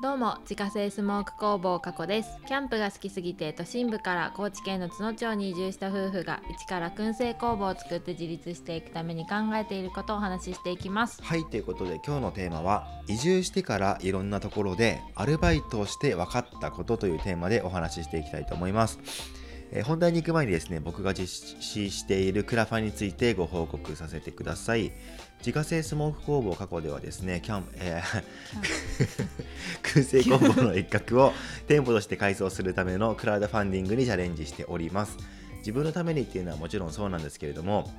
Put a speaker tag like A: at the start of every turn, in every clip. A: どうも自家製スモーク工房加古ですキャンプが好きすぎて都心部から高知県の津野町に移住した夫婦が一から燻製工房を作って自立していくために考えていることをお話ししていきます
B: はいということで今日のテーマは移住してからいろんなところでアルバイトをして分かったことというテーマでお話ししていきたいと思います、えー本題に行く前にですね僕が実施しているクラファンについてご報告させてください自家製スモーク工房過去ではですねキャンプ、えー燻製工房の一角を店舗として改装するためのクラウドファンディングにチャレンジしております自分のためにっていうのはもちろんそうなんですけれども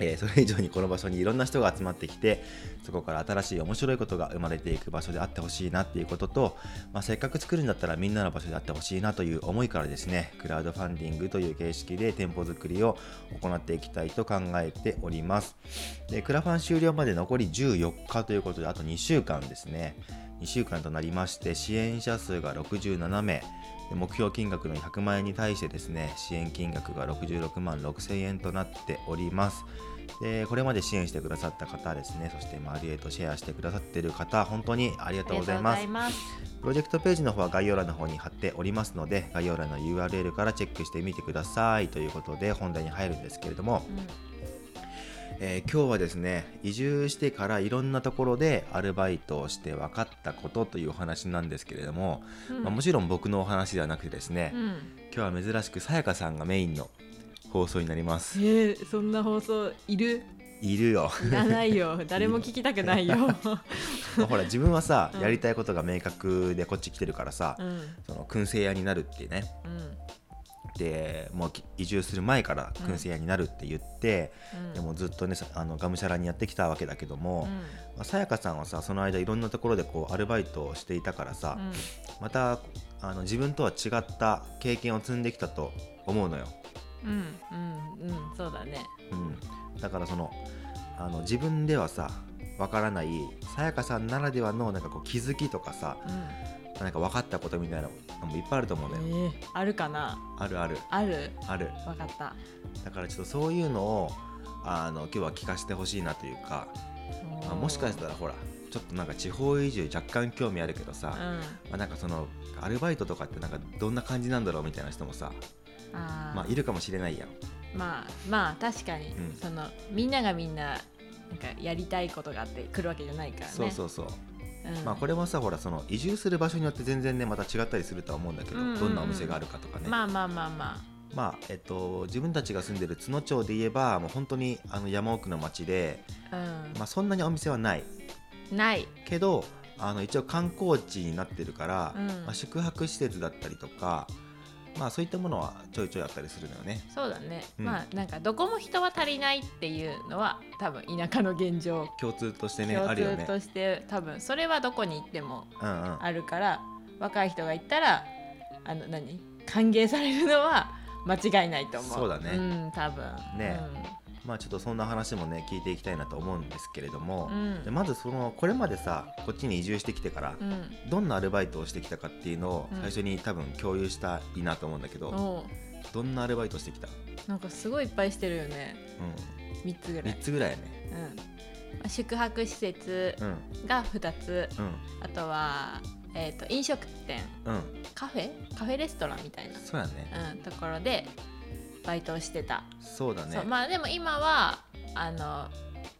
B: えーそれ以上にこの場所にいろんな人が集まってきてそこから新しい面白いことが生まれていく場所であってほしいなっていうことと、まあ、せっかく作るんだったらみんなの場所であってほしいなという思いからですねクラウドファンディングという形式で店舗作りを行っていきたいと考えておりますでクラファン終了まで残り14日ということであと2週間ですね2週間となりまして支援者数が67名で目標金額の100万円に対してですね支援金額が66万6000円となっておりますでこれまで支援してくださった方ですねそして周りへとシェアしてくださっている方本当にありがとうございます
A: ます
B: プロジェクトページの方は概要欄の方に貼っておりますので概要欄の URL からチェックしてみてくださいということで本題に入るんですけれども、えー今日はですね移住してからいろんなところでアルバイトをして分かったことというお話なんですけれども、
A: うん
B: まあ、もちろん僕のお話ではなくてですね、
A: うん
B: 今日は珍しくさやかさんがメインの放送になります
C: えー、そんな放送いる
B: いるよ
C: いらないよ誰も聞きたくないよ、
B: まあほら自分はさ、
C: うん
B: やりたいことが明確でこっち来てるからさ、
C: うんうん
B: その燻製屋になるってねでもうき移住する前から燻製屋になるって言って、
C: うん
B: でもずっとねさあのがむしゃらにやってきたわけだけど
C: う
B: も
C: ん
B: まあさやかさんはさその間いろんなところでこうアルバイトをしていたからさ、
C: うん
B: またあの自分とは違った経験を積んできたと思うのよ、
C: うんうんうんそうだね
B: うん、だからそのあの自分ではさわからないさやかさんならではのなんかこう気づきとかさ
C: うん
B: なんか分かったことみたいなのもいっぱいあると思うのよ、
C: えーあるかな
B: あるある
C: ある
B: ある
C: わかった
B: だからちょっとそういうのをあの今日は聞かせてほしいなというか、まあ、もしかしたらほらちょっとなんか地方移住若干興味あるけどさ、
C: うん
B: まあ、なんかそのアルバイトとかってなんかどんな感じなんだろうみたいな人もさ、
C: あー
B: まあ、いるかもしれないやん
C: まあまあ確かに、
B: うん
C: そのみんながみんななんかやりたいことがあって来るわけじゃないからね、
B: そうそううそう、
C: うん、
B: まあ、これもさほらその移住する場所によって全然ねまた違ったりするとは思うんだけど、
C: うんうんうん
B: どんなお店があるかとかね、まあ
C: まあまあまあま
B: えっと、自分たちが住んでる津野町で言えばもう本当にあの山奥の町で、
C: あ、うん
B: まあ、そんなにお店はない
C: ない
B: けどあの一応観光地になってるから、
C: うん
B: まあ、宿泊施設だったりとか、まあ、そういったものはちょいちょいあったりするのよね。
C: そうだね、
B: うん
C: まあなんかどこも人は足りないっていうのは多分田舎の現状
B: 共通としてねあ
C: 共
B: るよ
C: 通
B: ね。
C: として、多分それはどこに行っても
B: うんうん、
C: あるから若い人が行ったらあの何歓迎されるのは間違いないと思う
B: そうだね
C: うん多分
B: ねまあちょっとそんな話もね聞いていきたいなと思うんですけれども
C: う、ん
B: でまずそのこれまでさこっちに移住してきてから、
C: うん、うん
B: どんなアルバイトをしてきたかっていうのを
C: うん
B: 最初に多分共有したいなと思うんだけど、
C: おう
B: どんなアルバイトしてきた、
C: なんかすごいいっぱいしてるよね
B: う
C: 三つぐ
B: ん、
C: らい
B: 3、つぐらいやね。
C: うんまあ、宿泊施設
B: うん
C: が二つ
B: うん
C: あとは、えー、と飲食店
B: うん、
C: カフェカフェレストランみたい
B: そうやね、
C: な、うん、ところでバイトをしてた、
B: そうだね
C: そうまあでも今はあの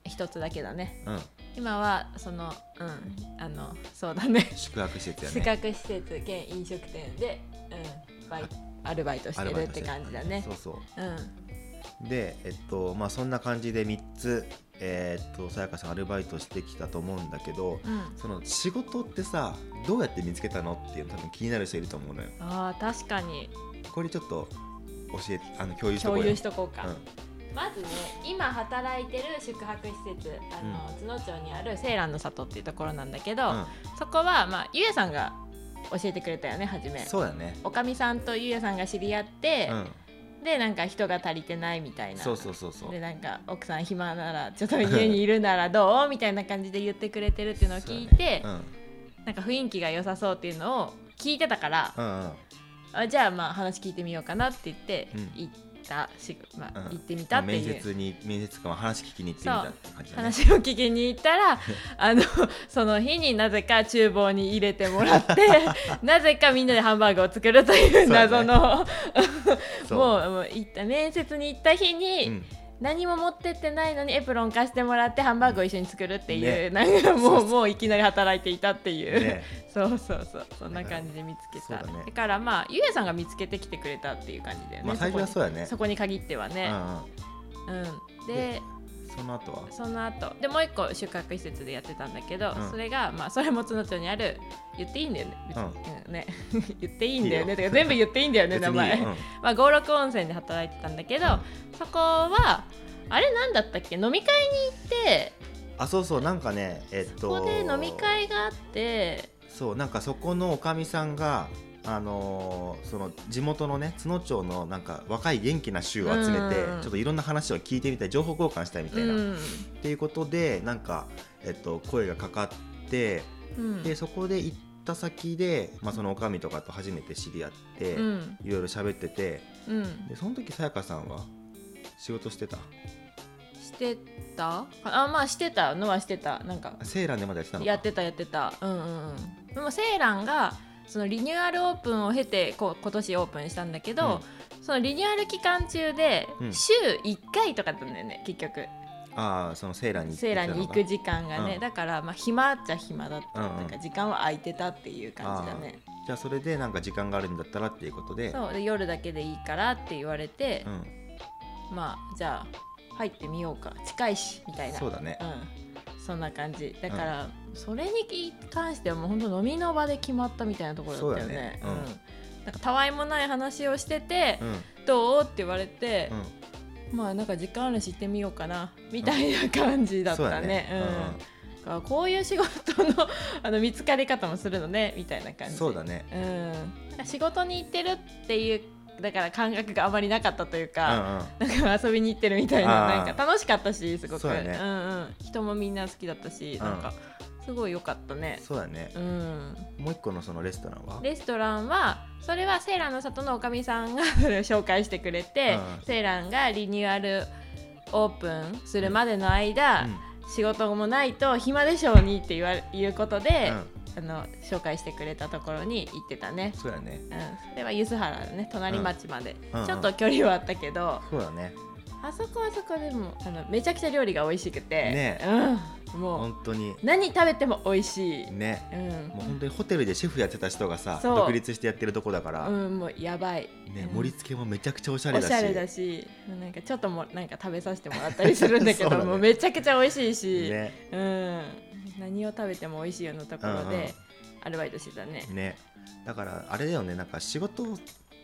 C: 一つだけだね
B: うん、
C: 今はそのうんあのそうだね
B: 宿泊施設や
C: 宿
B: ね
C: 泊施設兼飲食店で、うん、バイアルバイトし
B: ア
C: て
B: ルバ
C: る
B: イ
C: っ
B: トして
C: て
B: る
C: 感じだね
B: そうそう
C: うん
B: でえっとまあそんな感じで3つえーっとさやかさんアルバイトしてきたと思うんだけど
C: うん
B: その仕事ってさどうやって見つけたのっていうの多分気になる人いると思うのよ
C: あー確かに
B: これちょっと教えてあの共有して
C: 共有しとこう
B: た
C: か、まずね今働いてる宿泊施設あの、津野町にあるセーランの里っていうところなんだけど、そこは、まあ、ゆうやさんが教えてくれたよね初
B: うん、
C: め
B: そうだね
C: おかみさんとゆうやさんが知り合って
B: う、ん
C: でなんか人が足りてないみたいな
B: そうそうそうそう
C: でなんか奥さん暇ならちょっと家にいるならどうみたいな感じで言ってくれてるっていうのを聞いて、
B: そうだね
C: なんか雰囲気が良さそうっていうのを聞いてたから
B: う、んうんうん
C: あじゃあまあ話聞いてみようかなって言って
B: うん
C: 行ったし、まあ
B: うん
C: 行ってみたって
B: 面
C: いう
B: 接に面接官は話聞きに行ってみたって感じだね
C: 話を聞きに行った らあのその日になぜか厨房に入れても らってなぜかみんなでハンバーグを作るという
B: そうだね
C: 謎の
B: そう
C: もうもう行った面接に行った日に、
B: うん
C: 何も持ってってないのにエプロン貸してもらってハンバーグを一緒に作るっていう、
B: ね
C: なんかも
B: そううそう
C: もういきなり働いていたっていう、
B: ね
C: そうそうそうそんな感じで見つけた
B: そうだね
C: だからまあゆうやさんが見つけてきてくれたっていう感じだよね、
B: まあ最初はそうだね
C: そこに限っては
B: う
C: ね、
B: んうん
C: うん、で
B: でその後は
C: その後でもう一個宿泊施設でやってたんだけど、
B: うん
C: それがまあそれも角町にある言っていいんだよね,別に、うんね 言っていいんだよね
B: いい
C: て
B: よ
C: か全部言っていいんだよね名
B: 別に
C: 前、
B: うん
C: まあ五六温泉で働いてたんだけど、
B: うん
C: そこはあれなんだったっけ飲み会に行って
B: あそうそうなんかねえっと
C: ここで飲み会があって
B: そうなんかそこのおかみさんがあのーその地元のね角町のなんか若い元気な衆を集めて、
C: うん
B: ちょっといろんな話を聞いてみたい情報交換したいみたいな、っ
C: ん
B: ていうことでなんか、えっと、声がかかって
C: うん
B: でそこで行った先で、まあ、そのおかみとかと初めて知り合って、
C: うん
B: いろいろ喋ってて
C: うん
B: でその時さやかさんは仕事してた
C: してたあまあしてたのはしてたなんか
B: あセーランでまだやってたのか
C: やってたやってたうんうんうんでもセーランがそのリニューアルオープンを経てこう今年オープンしたんだけど、そのリニューアル期間中で
B: うん
C: 週1回とかだったんだよね結局
B: ああそのセーランに
C: セーランに行く時間がね、
B: うん
C: だからまあ暇っちゃ暇だった、
B: うんうん
C: なんか時間は空いてたっていう感じだね
B: じゃあそれでなんか時間があるんだったらっていうことで
C: そうで夜だけでいいからって言われて
B: う、ん、
C: まあじゃあ入ってみようか近いしみたいな
B: そうだね
C: うん、そんな感じだから、それに関してはもう本当飲みの場で決まったみたいなところだったよね
B: そうだね
C: うんなんかたわいもない話をしてて「
B: うんうん
C: どう?」って言われて、まあなんか時間あるし行ってみようかなみたいな感じだっ
B: そう
C: たね。うんだからこういう仕事の あの見つかり方もするのねみたいな
B: う
C: 感
B: ん
C: じ
B: そうだね
C: うん、なんか仕事に行ってるっていうだから感覚があまりなかったという
B: う
C: か、
B: んうん
C: なんか遊びに行ってるみたいな
B: あ
C: な
B: ー
C: んか楽しかったしすごく
B: そうだね
C: んうん、人もみんな好きだったし、
B: うん
C: なんかすごい良かったね、
B: そうだね
C: うん、
B: もう一個のそのレストランは
C: レストランはそれはセーランの里のおかみさんが それを紹介してくれて、
B: うん
C: セーランがリニューアルオープンするまでの間、
B: うん
C: 仕事もないと暇でしょうにって言わいうことで、
B: うん
C: あの紹介してくれたところに行ってたね、
B: そうだね
C: うん、それは梼原のね隣町まで、
B: うんうん
C: ちょっと距離はあったけど、
B: そうだね
C: あそこはそこでもあのめちゃくちゃ料理が美味しくて、
B: ね
C: うん、もう
B: 本当に
C: 何食べても美味しい、
B: ね
C: うん
B: もう本当にホテルでシェフやってた人がさ
C: そう
B: 独立してやってるとこだから、
C: うん、もうやばい、
B: ね
C: うん
B: 盛り付けもめちゃくちゃおしゃれ
C: お
B: だ
C: し
B: し
C: ゃれだしなんかちょっともなんか食べさせてもらったりするんだけど
B: そうだね
C: もうめちゃくちゃ美味しいし、
B: ね
C: うん、何を食べても美味しいようなところ
B: うんうん
C: でアルバイトしてたね。
B: ねだからあれだよねなんか仕事を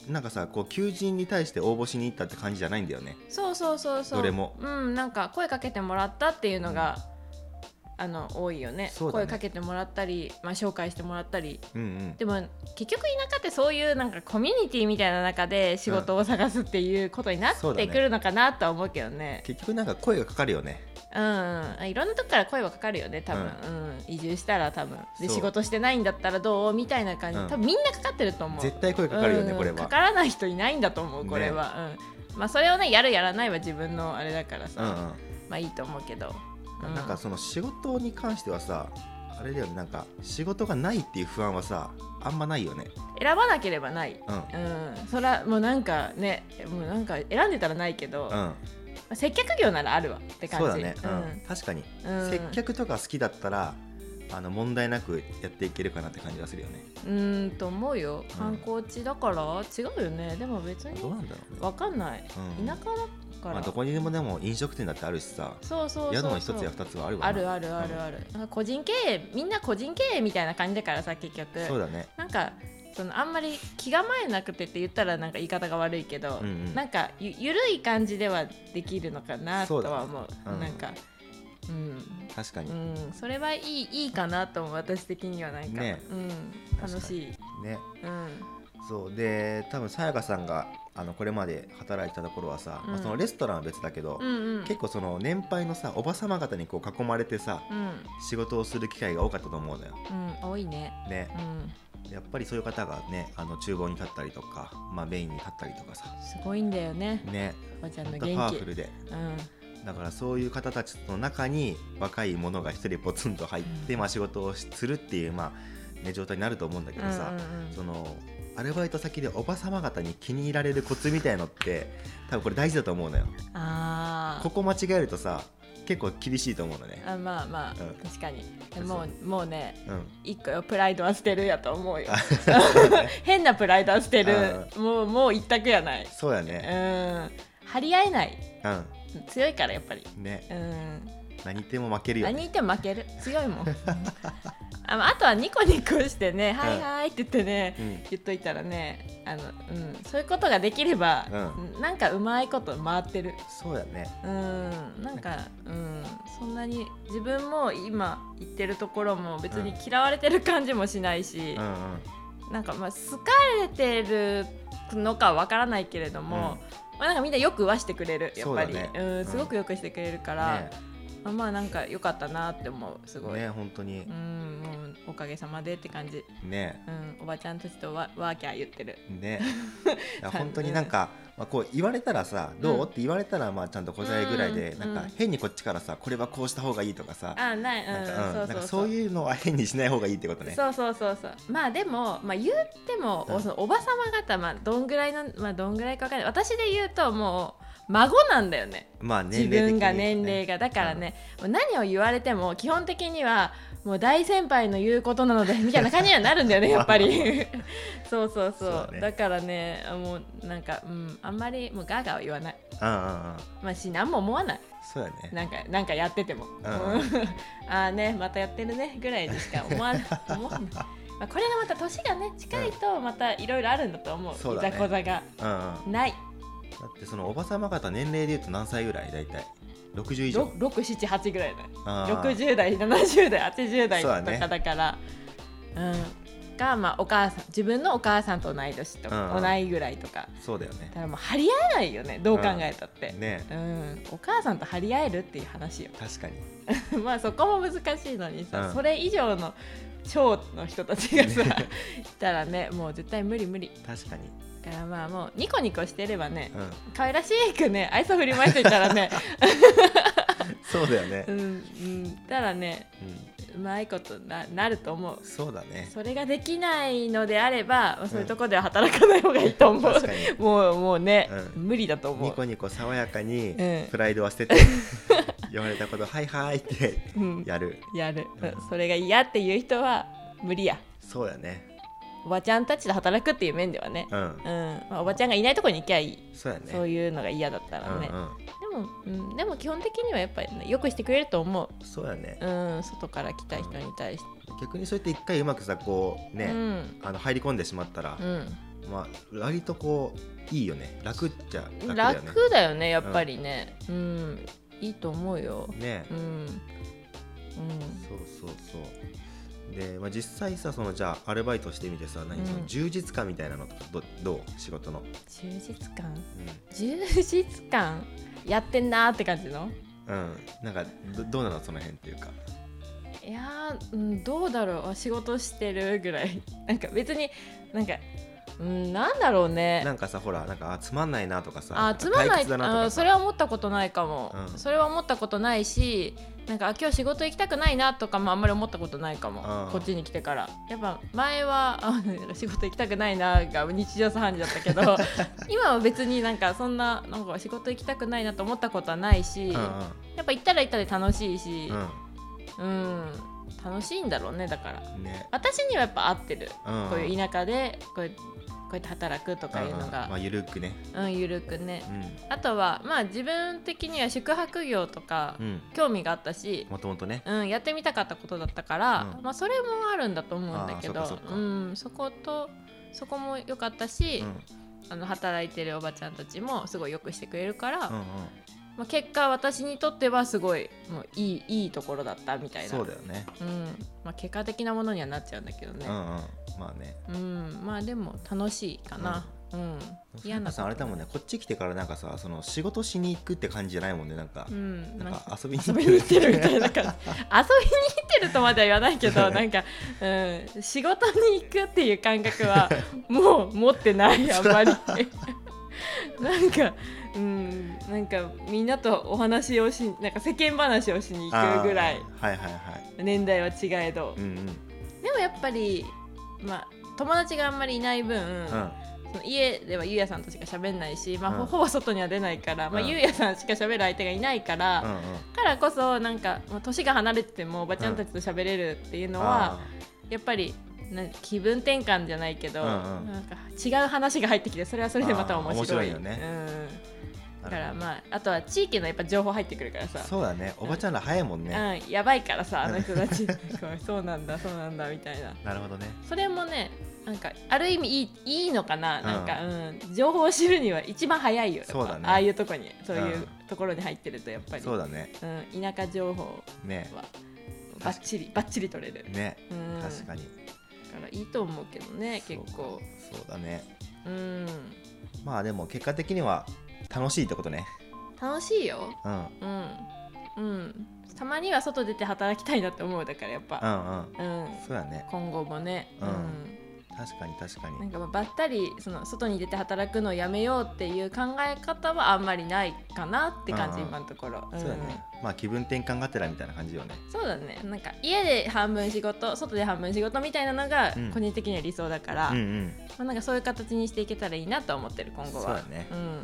B: なんかさこう求人に対して応募しに行ったって感じじゃないんだよね
C: そうそうそうそう
B: どれも
C: うんなんか声かけてもらったっていうのが、あの多いよね
B: そうだね
C: 声かけてもらったり、まあ、紹介してもらったり
B: うんうん
C: でも結局田舎ってそういうなんかコミュニティみたいな中で仕事を探すっていうことにな
B: そ
C: っ
B: うだ
C: て
B: ね
C: くるのかなとは思うけどね。
B: 結局なんか声がかかるよね
C: うんうん、あいろんなとこから声はかかるよね多分、うん移住したら多分で
B: そう
C: 仕事してないんだったらどうみたいな感じ、
B: うん
C: 多分みんなかかってると思う
B: 絶対声かかるよね、
C: うん
B: これは
C: かからない人いないんだと思うこれは、うんまあそれをねやるやらないは自分のあれだからさ、
B: う
C: まあいいと思うけど、
B: んうん、なんかその仕事に関してはさあれだよねなんか仕事がないっていう不安はさあんまないよね
C: 選ばなければない
B: うん
C: うんそらもうなんかねもうなんか選んでたらないけど、
B: う
C: ま
B: ん
C: あ接客業ならあるわって感じ
B: そうだね、うん確かに、
C: うんうん
B: 接客とか好きだったらあの問題なくやっていけるかなって感じがするよね
C: うーんと思うよ
B: うん
C: 観光地だから、違うよねでも別
B: どう
C: に
B: なんだろうね、
C: わかんない
B: うん
C: 田舎だから、
B: まあ、どこにでもでも飲食店だってあるしさ
C: そうそうそう
B: 宿
C: そう
B: の一つや二つはあるわな
C: あるあるあるある、なんか個人経営みんな個人経営みたいな感じだからさ結局
B: そうだね
C: なんかそのあんまり気構えなくてって言ったらなんか言い方が悪いけど、
B: うんうん
C: なんかゆゆるい感じではできるのかなと
B: そうだね
C: は思う
B: うん
C: なんかうん、
B: 確かに
C: うん、それはいいいいかなと思う私的にはなんか、
B: ね
C: うん、楽しい、
B: ね
C: うん、
B: そうで多分さやかさんがあのこれまで働いてたところはさ、
C: うん
B: まあ、そのレストランは別だけど、
C: うんうん
B: 結構その年配のさおばさま方にこう囲まれてさ
C: うん
B: 仕事をする機会が多かったと思うのよ
C: うん多いね
B: ね
C: うん
B: やっぱりそういう方がねあの厨房に立ったりとか、まあ、メインに立ったりとかさ
C: すごいんだよね
B: ね
C: おばちゃん
B: ま
C: の
B: たパワ
C: 元
B: フ
C: 気
B: ルで
C: うん
B: だからそういう方たちの中に若い者が一人ポツンと入って、
C: うん
B: まあ、仕事をしするっていう、まあね、状態になると思うんだけどさ、
C: うんうんうん
B: そのアルバイト先でおばさま方に気に入られるコツみたいのって多分これ大事だと思うのよ
C: あー
B: ここ間違えるとさ結構厳しいと思うのね
C: あまあまあ、
B: うん
C: 確かに
B: そう
C: もうもうね
B: うん
C: 一個よプライドは捨てるやと思うよ
B: あ
C: 変なプライドは捨てるもうもう一択やない
B: そうや
C: うん
B: ね
C: 張り合えない強いからやっぱり
B: うんね
C: うん
B: 何言っても負けるよ
C: 何
B: ね
C: 言っても負ける強いもんあまああとはニコニコしてね「はいはい」って言ってね、
B: うん
C: 言っといたらねあの、うん、そういうことができれば、なんかうまいこと回ってる
B: そうやね
C: うんなんか、うん、そんなに自分も今行ってるところも別に嫌われてる感じもしないし
B: う、んうん
C: なんかまあ好かれてるのかわからないけれども、まあ、なんかみんなよくはしてくれるやっぱり
B: そうだね
C: ん、すごくよくしてくれるから、
B: ね
C: あまあなんか良かったなって思うすごい、
B: ね本当に
C: うんもうおかげさまでって感じ、
B: ね
C: うん、おばちゃんたちとわワーキャー言ってる
B: ねいや本当になんか、まあ、こう言われたらさ「どう?」って言われたらまあちゃんと答えぐらいで、
C: うん
B: なん
C: うん
B: か変にこっちからさ「これはこうした方がいい」とかさ
C: あない
B: なんか
C: う
B: うんんなんか
C: そ
B: そう
C: う
B: いうのは変にしない方がいいってことね。
C: そうそうそうそうまあでも、まあ、言っても、
B: うん
C: そのおばさま方、まあ、どんぐらいの、まあ、どんぐらいかわかんない私で言うともう孫なんだよね
B: まあ
C: 自
B: 年齢的
C: 分
B: に
C: が年齢
B: が
C: がだからね、もう何を言われても基本的にはもう大先輩の言うことなので みたいな感じにはなるんだよねやっぱ りそうそうそう
B: そう
C: だ
B: だ,、ね
C: からねもうなんか、うん、あんまりもうガーガーは言わない
B: うんうんうん
C: まあし何も思わない
B: そうやね
C: なんかなんかやってても、
B: ん
C: ああねまたやってるねぐらいでしか思わない思わない、まあ、これがまた年がね近いとまたいろいろあるんだと思う,、
B: そうだ
C: い
B: ね
C: ざこざが
B: うんうん
C: ない
B: だってそのおばさま方年齢で言うと何歳ぐらい大体60以上
C: 678ぐらいだよ
B: あー
C: 60代70代80代
B: そうだ
C: と
B: ね
C: かだからう、ん、がまあお母さん自分のお母さんと同い年とか、
B: うん
C: 同いぐらいとか
B: そうだよね
C: だからもう張り合えないよねどう考えたって、うん
B: ね
C: お母さんと張り合えるっていう話よ
B: 確か に
C: まあそこも難しいのにさ、
B: うん
C: それ以上の長の人たちがさいたらねもう絶対無理無理
B: 確かに
C: だからまあもうニコニコしてればね
B: うん
C: 可愛らしくね愛想振りまいていたらね、
B: そうだよね
C: うんうん、たらね
B: う
C: うまいことななると思うん
B: そうだね
C: それができないのであれば、まあそういうとこでは働かない方がいいと思う、
B: 確かに
C: もうもうね、
B: う
C: 無理だと思
B: ニ
C: う
B: コニコ爽やかに
C: うん
B: プライドは捨て て言われたこと「はいはい」って
C: うん、
B: やる
C: やる、うん
B: うん
C: それが嫌っていう人は無理や
B: そうやね
C: おばちゃんたちで働くっていう面ではね、
B: うん
C: うんまあ、おばちゃんがいないとこに行きゃいい、
B: そうやね
C: そういうのが嫌だったらね、
B: うん
C: でも、うん、でも基本的にはやっぱり、ね、よくしてくれると思
B: うんそうやね
C: う、うん、外から来た人に対して、
B: 逆にそうやって一回うまくさこう
C: う
B: ね
C: ん
B: あの入り込んでしまったら
C: うん
B: まあ割とこういいよね楽っちゃ楽だよね
C: 楽だよねやっぱりね、うんいいと思うよ、
B: ね
C: うんうん、
B: そうそうそうで、まあ、実際さそのじゃあアルバイトしてみてさ何そ
C: うん
B: の充実感みたいなのとかどどう仕事の、
C: 充実感充実感やってんなーって感じの
B: うん、うん、なんかどどうなのその辺っていうか
C: いやー、うん、どうだろうあ仕事してるぐらいなんか別になんか、うん、なんだろうね
B: なんかさほらなんかあつまんないなとかさ
C: あつまんない
B: 退屈だなとか
C: あそれは思ったことないかも、
B: うん
C: それは思ったことないしなんかあ今日仕事行きたくないなとかもあんまり思ったことないかも、
B: うん
C: こっちに来てからやっぱ前はあなんか仕事行きたくないなが日常茶飯事だったけ ど今は別になんかそんななんか仕事行きたくないなと思ったことはないし、
B: うん
C: やっぱ行ったら行ったで楽しいし
B: うん、
C: うん、楽しいんだろうねだから
B: うん、ね
C: 私にはやっぱ合ってる、
B: うん
C: こういう田舎でこうこうやって働くとかいうの
B: うんま
C: が
B: あ、ゆるくね
C: うん緩くね、
B: う
C: あとはまあ自分的には宿泊業とか
B: んうん
C: 興味があったし、
B: もともとね
C: うん、やってみたかったことだったから、
B: うん
C: まあ、それもあるんだと思うんだけど
B: あーそっかそっか
C: うん、そことそこも良かったし、
B: うんうん
C: あの働いてるおばちゃんたちもすごいよくしてくれるから、
B: うん
C: まあ、結果私にとってはすごいもういいいいところだったみたいな
B: そうだよね
C: うんまあ、結果的なものにはなっちゃうんだけどね
B: う、んうんまあね
C: うんまあでも楽しいかな、ううん
B: 嫌
C: 嫌
B: な
C: な
B: さんあれだもんねこっち来てからなんかさその仕事しに行くって感じじゃないもんねなんか、
C: うん
B: なん
C: まあ
B: か遊びに
C: 遊びに行ってるみたいな
B: 感
C: 感じ遊びに行ってるとまでは言わないけどなんか、うん、仕事に行くっていう感覚 はもう持ってないあんまり なんかうんなんかみんなとお話をしなんか世間話をしに行くぐらい
B: はいはいはい
C: 年代は違えど
B: う、んうん
C: でもやっぱりまあ友達があんまりいない分、
B: うん
C: その家ではゆうやさんとしか喋んないし、まあ
B: うん
C: ほぼ外には出ないから、まあ、
B: うん
C: ゆうやさんしか喋る相手がいないから、
B: うん
C: からこそなんかもう年が離れててもおばちゃんたちと喋れるっていう
B: う
C: の
B: ん
C: は、やっぱりな気分転換じゃないけど、
B: うんうん
C: なんか違う話が入ってきてそれはそれでまた面白い
B: あー面白いよね
C: うん、だからまああとは地域のやっぱ情報入ってくるから
B: あ
C: さ
B: そうだねおばちゃんら早いもんね、
C: うん、やばいからさあの人たち こうそうなんだそうなんだみたいな
B: なるほどね
C: それもねなんかある意味いいいいのかな、なんか、うん、情報を知るには一番早いよやっぱ
B: そうだね
C: ああいうとこにそういううんところに入ってるとやっぱり、
B: そうだね
C: うん、田舎情報
B: ね
C: は
B: 確か
C: バッチリバッチリ取れる、
B: ね
C: うん、
B: 確か
C: に
B: に
C: だからいいと思うけどね
B: そう
C: 結構
B: そうだね
C: うん
B: まあでも結果的には楽しいってことね
C: 楽しいよ
B: うんうん
C: うんうんたまには外出て働きたいなって思うだからやっ
B: う
C: ぱ、
B: ん
C: うん、
B: そうだね
C: 今後もね
B: うん確かに確かに
C: なんかまあばったりその外に出て働くのをやめようっていう考え方はあんまりないかなって感じ、
B: うん
C: 今のところ、
B: そうだねまあ気分転換がてらみたいな感じよね
C: うんそうだねなんか家で半分仕事外で半分仕事みたいなのが
B: うん
C: 個人的には理想だから、
B: うんう
C: ま
B: ん
C: あ、なんかそういう形にしていけたらいいなと思ってる今後は
B: そうだね
C: ん、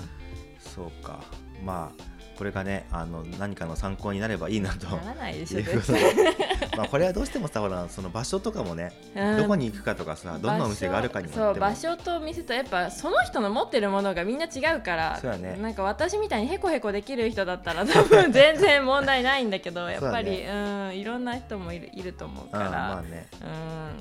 B: そうかまあこれがねあの何かの参考になればいいなと
C: ならないでしょ
B: いうこ
C: 絶
B: とで
C: 対
B: まあこれはどうしてもさほらその場所とかもね
C: うん
B: どこに行くかとかさどんなお店があるかにもよ
C: そ
B: っ
C: う
B: ても
C: 場所とお店とやっぱその人の持ってるものがみんな違うから
B: そうだね
C: なんか私みたいにへこへこできる人だったら多 分全然問題ないんだけどやっぱりう,、
B: そ
C: んいろんな人もいるいると思う
B: う
C: か
B: んまあ
C: ら、
B: ね、
C: うん
B: うん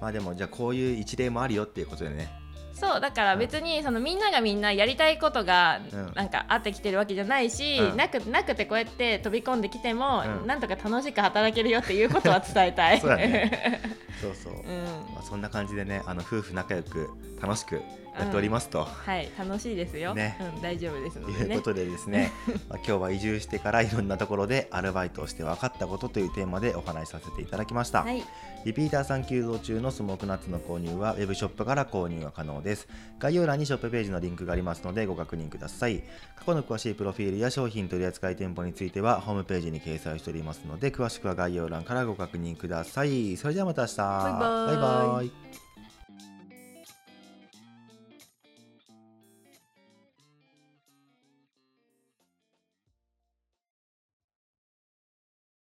B: まあでもじゃあこういう一例もあるよっていうことでね
C: そうだから別にそのみんながみんなやりたいことが
B: うん
C: なんかあってきてるわけじゃないし、
B: うん
C: なくなくてこうやって飛び込んできても、
B: うん
C: なんとか楽しく働けるよっていうことは伝えたい。
B: そうだねそうそう、
C: うん
B: まあ、そんな感じでねあの夫婦仲良く楽しくやっておりますと、
C: はい、楽しいですよ。
B: ね
C: うん、大丈夫ですの
B: と
C: で
B: いう
C: ね
B: こ。とでですね、まあ今日は移住してからいろんなところでアルバイトをして分かったことというテーマでお話しさせていただきました、
C: はい、
B: リピーターさん急増中のスモークナッツの購入はウェブショップから購入が可能です概要欄にショップページのリンクがありますのでご確認ください過去の詳しいプロフィールや商品取扱店舗についてはホームページに掲載しておりますので詳しくは概要欄からご確認くださいそれではまた明日
C: バイバイ
B: バイバイ